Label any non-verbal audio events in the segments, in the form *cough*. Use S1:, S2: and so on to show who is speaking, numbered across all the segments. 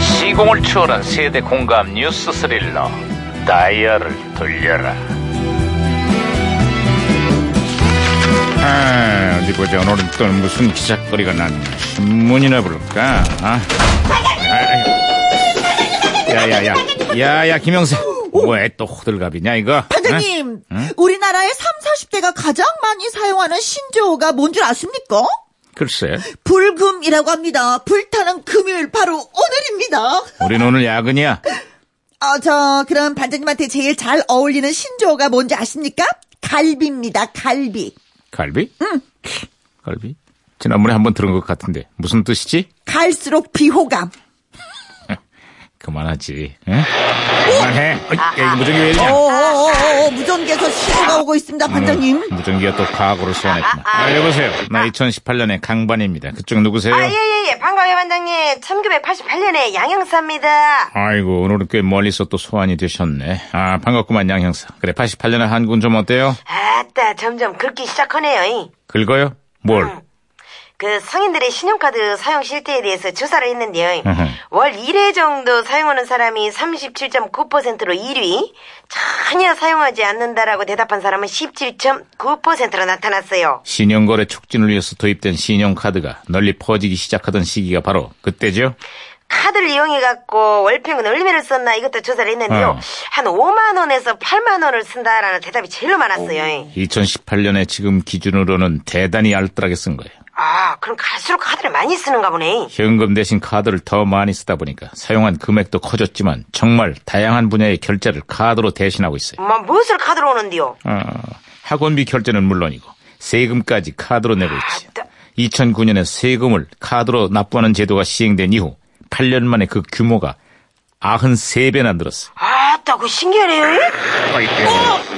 S1: 시공을 초월한 세대 공감 뉴스 스릴러 다이얼을 돌려라
S2: 아, 어디 보자. 오늘은 또 무슨 기사거리가 났나. 신문이나 볼까? 아. 아이고. 야, 야, 야. 야, 야, 김영세. 뭐에 또 호들갑이냐, 이거? 아,
S3: 반장님,
S2: 네?
S3: 우리나라의 30, 40대가 가장 많이 사용하는 신조어가 뭔 줄 아십니까?
S2: 응? 글쎄.
S3: 불금이라고 합니다. 불타는 금요일 바로 오늘입니다.
S2: 우린 오늘 야근이야.
S3: 아, 저, 그럼 반장님한테 제일 잘 어울리는 신조어가 뭔지 아십니까? 갈비입니다, 갈비.
S2: 갈비? 응. 갈비? 지난번에 한 번 들은 것 같은데. 무슨 뜻이지?
S3: 갈수록 비호감.
S2: 그만하지. 응? 그만해. 어이, 야, 이거 무전기 왜 이러냐?
S3: 어어어어, 무전기에서 신호가 오고
S2: 음.
S3: 있습니다, 반장님.
S2: 무전기가 또 과거를 소환했구나. 아, 여보세요. 나 2018년의 강반입니다. 그쪽 누구세요?
S4: 아, 예, 예, 예. 반가워요, 반장님. 1988년에 양형사입니다.
S2: 아이고, 오늘은 꽤 멀리서 또 소환이 되셨네. 아, 반갑구만, 양 형사. 그래, 88년에 한군 좀 어때요?
S4: 아따, 점점 긁기 시작하네요. 이.
S2: 긁어요? 뭘?
S4: 그 성인들의 신용카드 사용 실태에 대해서 조사를 했는데요.
S2: 으흠.
S4: 월 1회 정도 사용하는 사람이 37.9%로 1위, 전혀 사용하지 않는다라고 대답한 사람은 17.9%로 나타났어요.
S2: 신용거래 촉진을 위해서 도입된 신용카드가 널리 퍼지기 시작하던 시기가 바로 그때죠?
S4: 카드를 이용해갖고 월평은 얼마를 썼나 이것도 조사를 했는데요.
S2: 어.
S4: 한 5만원에서 8만원을 쓴다라는 대답이 제일로 많았어요. 이.
S2: 2018년에 지금 기준으로는 대단히 알뜰하게 쓴 거예요.
S4: 아, 그럼 갈수록 카드를 많이 쓰는가 보네.
S2: 현금 대신 카드를 더 많이 쓰다 보니까 사용한 금액도 커졌지만 정말 다양한 분야의 결제를 카드로 대신하고 있어요.
S4: 뭐, 무엇을 카드로 오는데요?
S2: 어, 학원비 결제는 물론이고 세금까지 카드로 내고 있지.
S4: 아,
S2: 2009년에 세금을 카드로 납부하는 제도가 시행된 이후 8년 만에 그 규모가 93배나 늘었어.
S4: 아따, 그 신기하네요.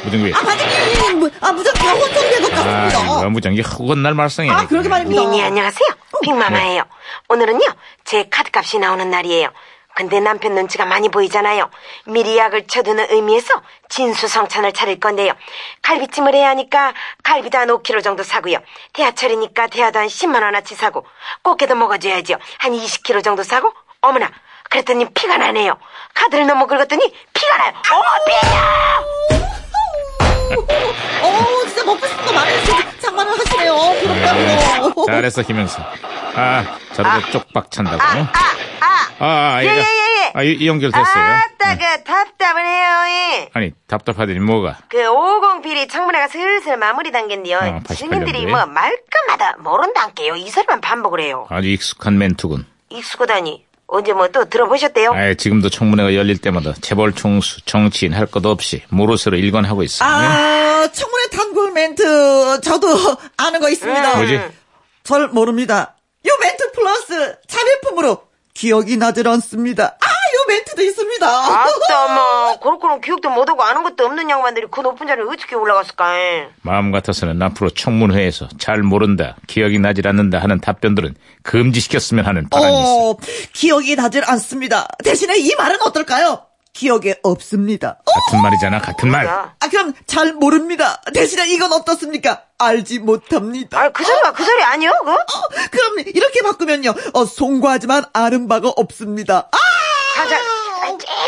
S2: 무전기.
S3: 아, 반장님, 무- 아, 무전기가 혼선된 것
S2: 아, 이거
S3: 같습니다.
S2: 무전기 허건 날 말썽이야.
S3: 어. 아, 그러게 말입니다.
S4: 네, 네, 안녕하세요. 빅마마예요. 오늘은요, 제 카드값이 나오는 날이에요. 근데 남편 눈치가 많이 보이잖아요. 미리 약을 쳐두는 의미에서 진수성찬을 차릴 건데요. 갈비찜을 해야 하니까 갈비도 한 5kg 정도 사고요. 대하철이니까 대하도 한 10만 원어치 사고 꽃게도 먹어줘야죠. 한 20kg 정도 사고 어머나 그랬더니 피가 나네요. 카드를 너무 긁었더니 피가 나요. 어머 피야!
S3: 어, 진짜 먹고 싶은 거 많으시죠? 장만을 하시네요. 부럽다고.
S2: 잘했어, 김영수. 아, 저렇게 쪽박 찬다고. 아,
S4: 아, 아,
S2: 아,
S4: 예,
S2: 얘가-
S4: 예, 예, 예.
S2: 아, 이, 이 연결 됐어요. 네.
S4: 따그 답답하네요. 예.
S2: 아니, 답답하더니 뭐가?
S4: 그 501이 청문회가 슬슬 마무리 단계인데요.
S2: 아, 88
S4: 증인들이
S2: 년도에?
S4: 뭐 말끝마다 모른다니까요. 이 소리만 반복을 해요.
S2: 아주 익숙한 멘트군.
S4: 익숙하다니. 언제 뭐 또 들어보셨대요?
S2: 아, 지금도 청문회가 열릴 때마다 재벌 총수, 정치인 할 것 없이 모로스로 일관하고 있어. 네?
S3: 아, 청문회 단골 멘트, 저도 아는 거
S4: 음.
S3: 있습니다.
S2: 네. 뭐지?
S3: 절 모릅니다. 요 멘트 플러스 자매품으로 기억이 나질 않습니다. 아, 요 멘트도 있습니다.
S4: 아따
S3: *laughs*
S4: 뭐 그렇고는 교육도 못하고 아는 것도 없는 양반들이 그 높은 자리에 어떻게 올라갔을까?
S2: 마음 같아서는 앞으로 청문회에서 잘 모른다, 기억이 나질 않는다 하는 답변들은 금지시켰으면 하는 바람이 있어.
S3: 어, 기억이 나질 않습니다. 대신에 이 말은 어떨까요? 기억에 없습니다. 어?
S2: 같은 말이잖아, 같은 말.
S4: 야.
S3: 아, 그럼 잘 모릅니다. 대신에 이건 어떻습니까? 알지 못합니다.
S4: 아, 그 소리가 그 소리 아니요? 그?
S3: 어, 그럼 이렇게 바꾸면요. 어, 송구하지만 아는 바가 없습니다. 아!
S4: 살짝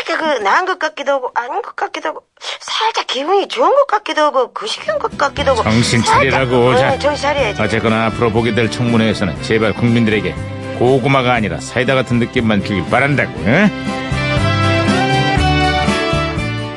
S4: 쬐그 그 나은 것 같기도 하고 아닌 것 같기도 하고 살짝 기분이 좋은 것 같기도 하고 그 시킨 것 같기도 하고
S2: 정신
S4: 살짝,
S2: 차리라고.
S4: 어,
S2: 자.
S4: 정신 차려야지.
S2: 어쨌거나 앞으로 보게 될 청문회에서는 제발 국민들에게 고구마가 아니라 사이다 같은 느낌만 주길 바란다고. 응?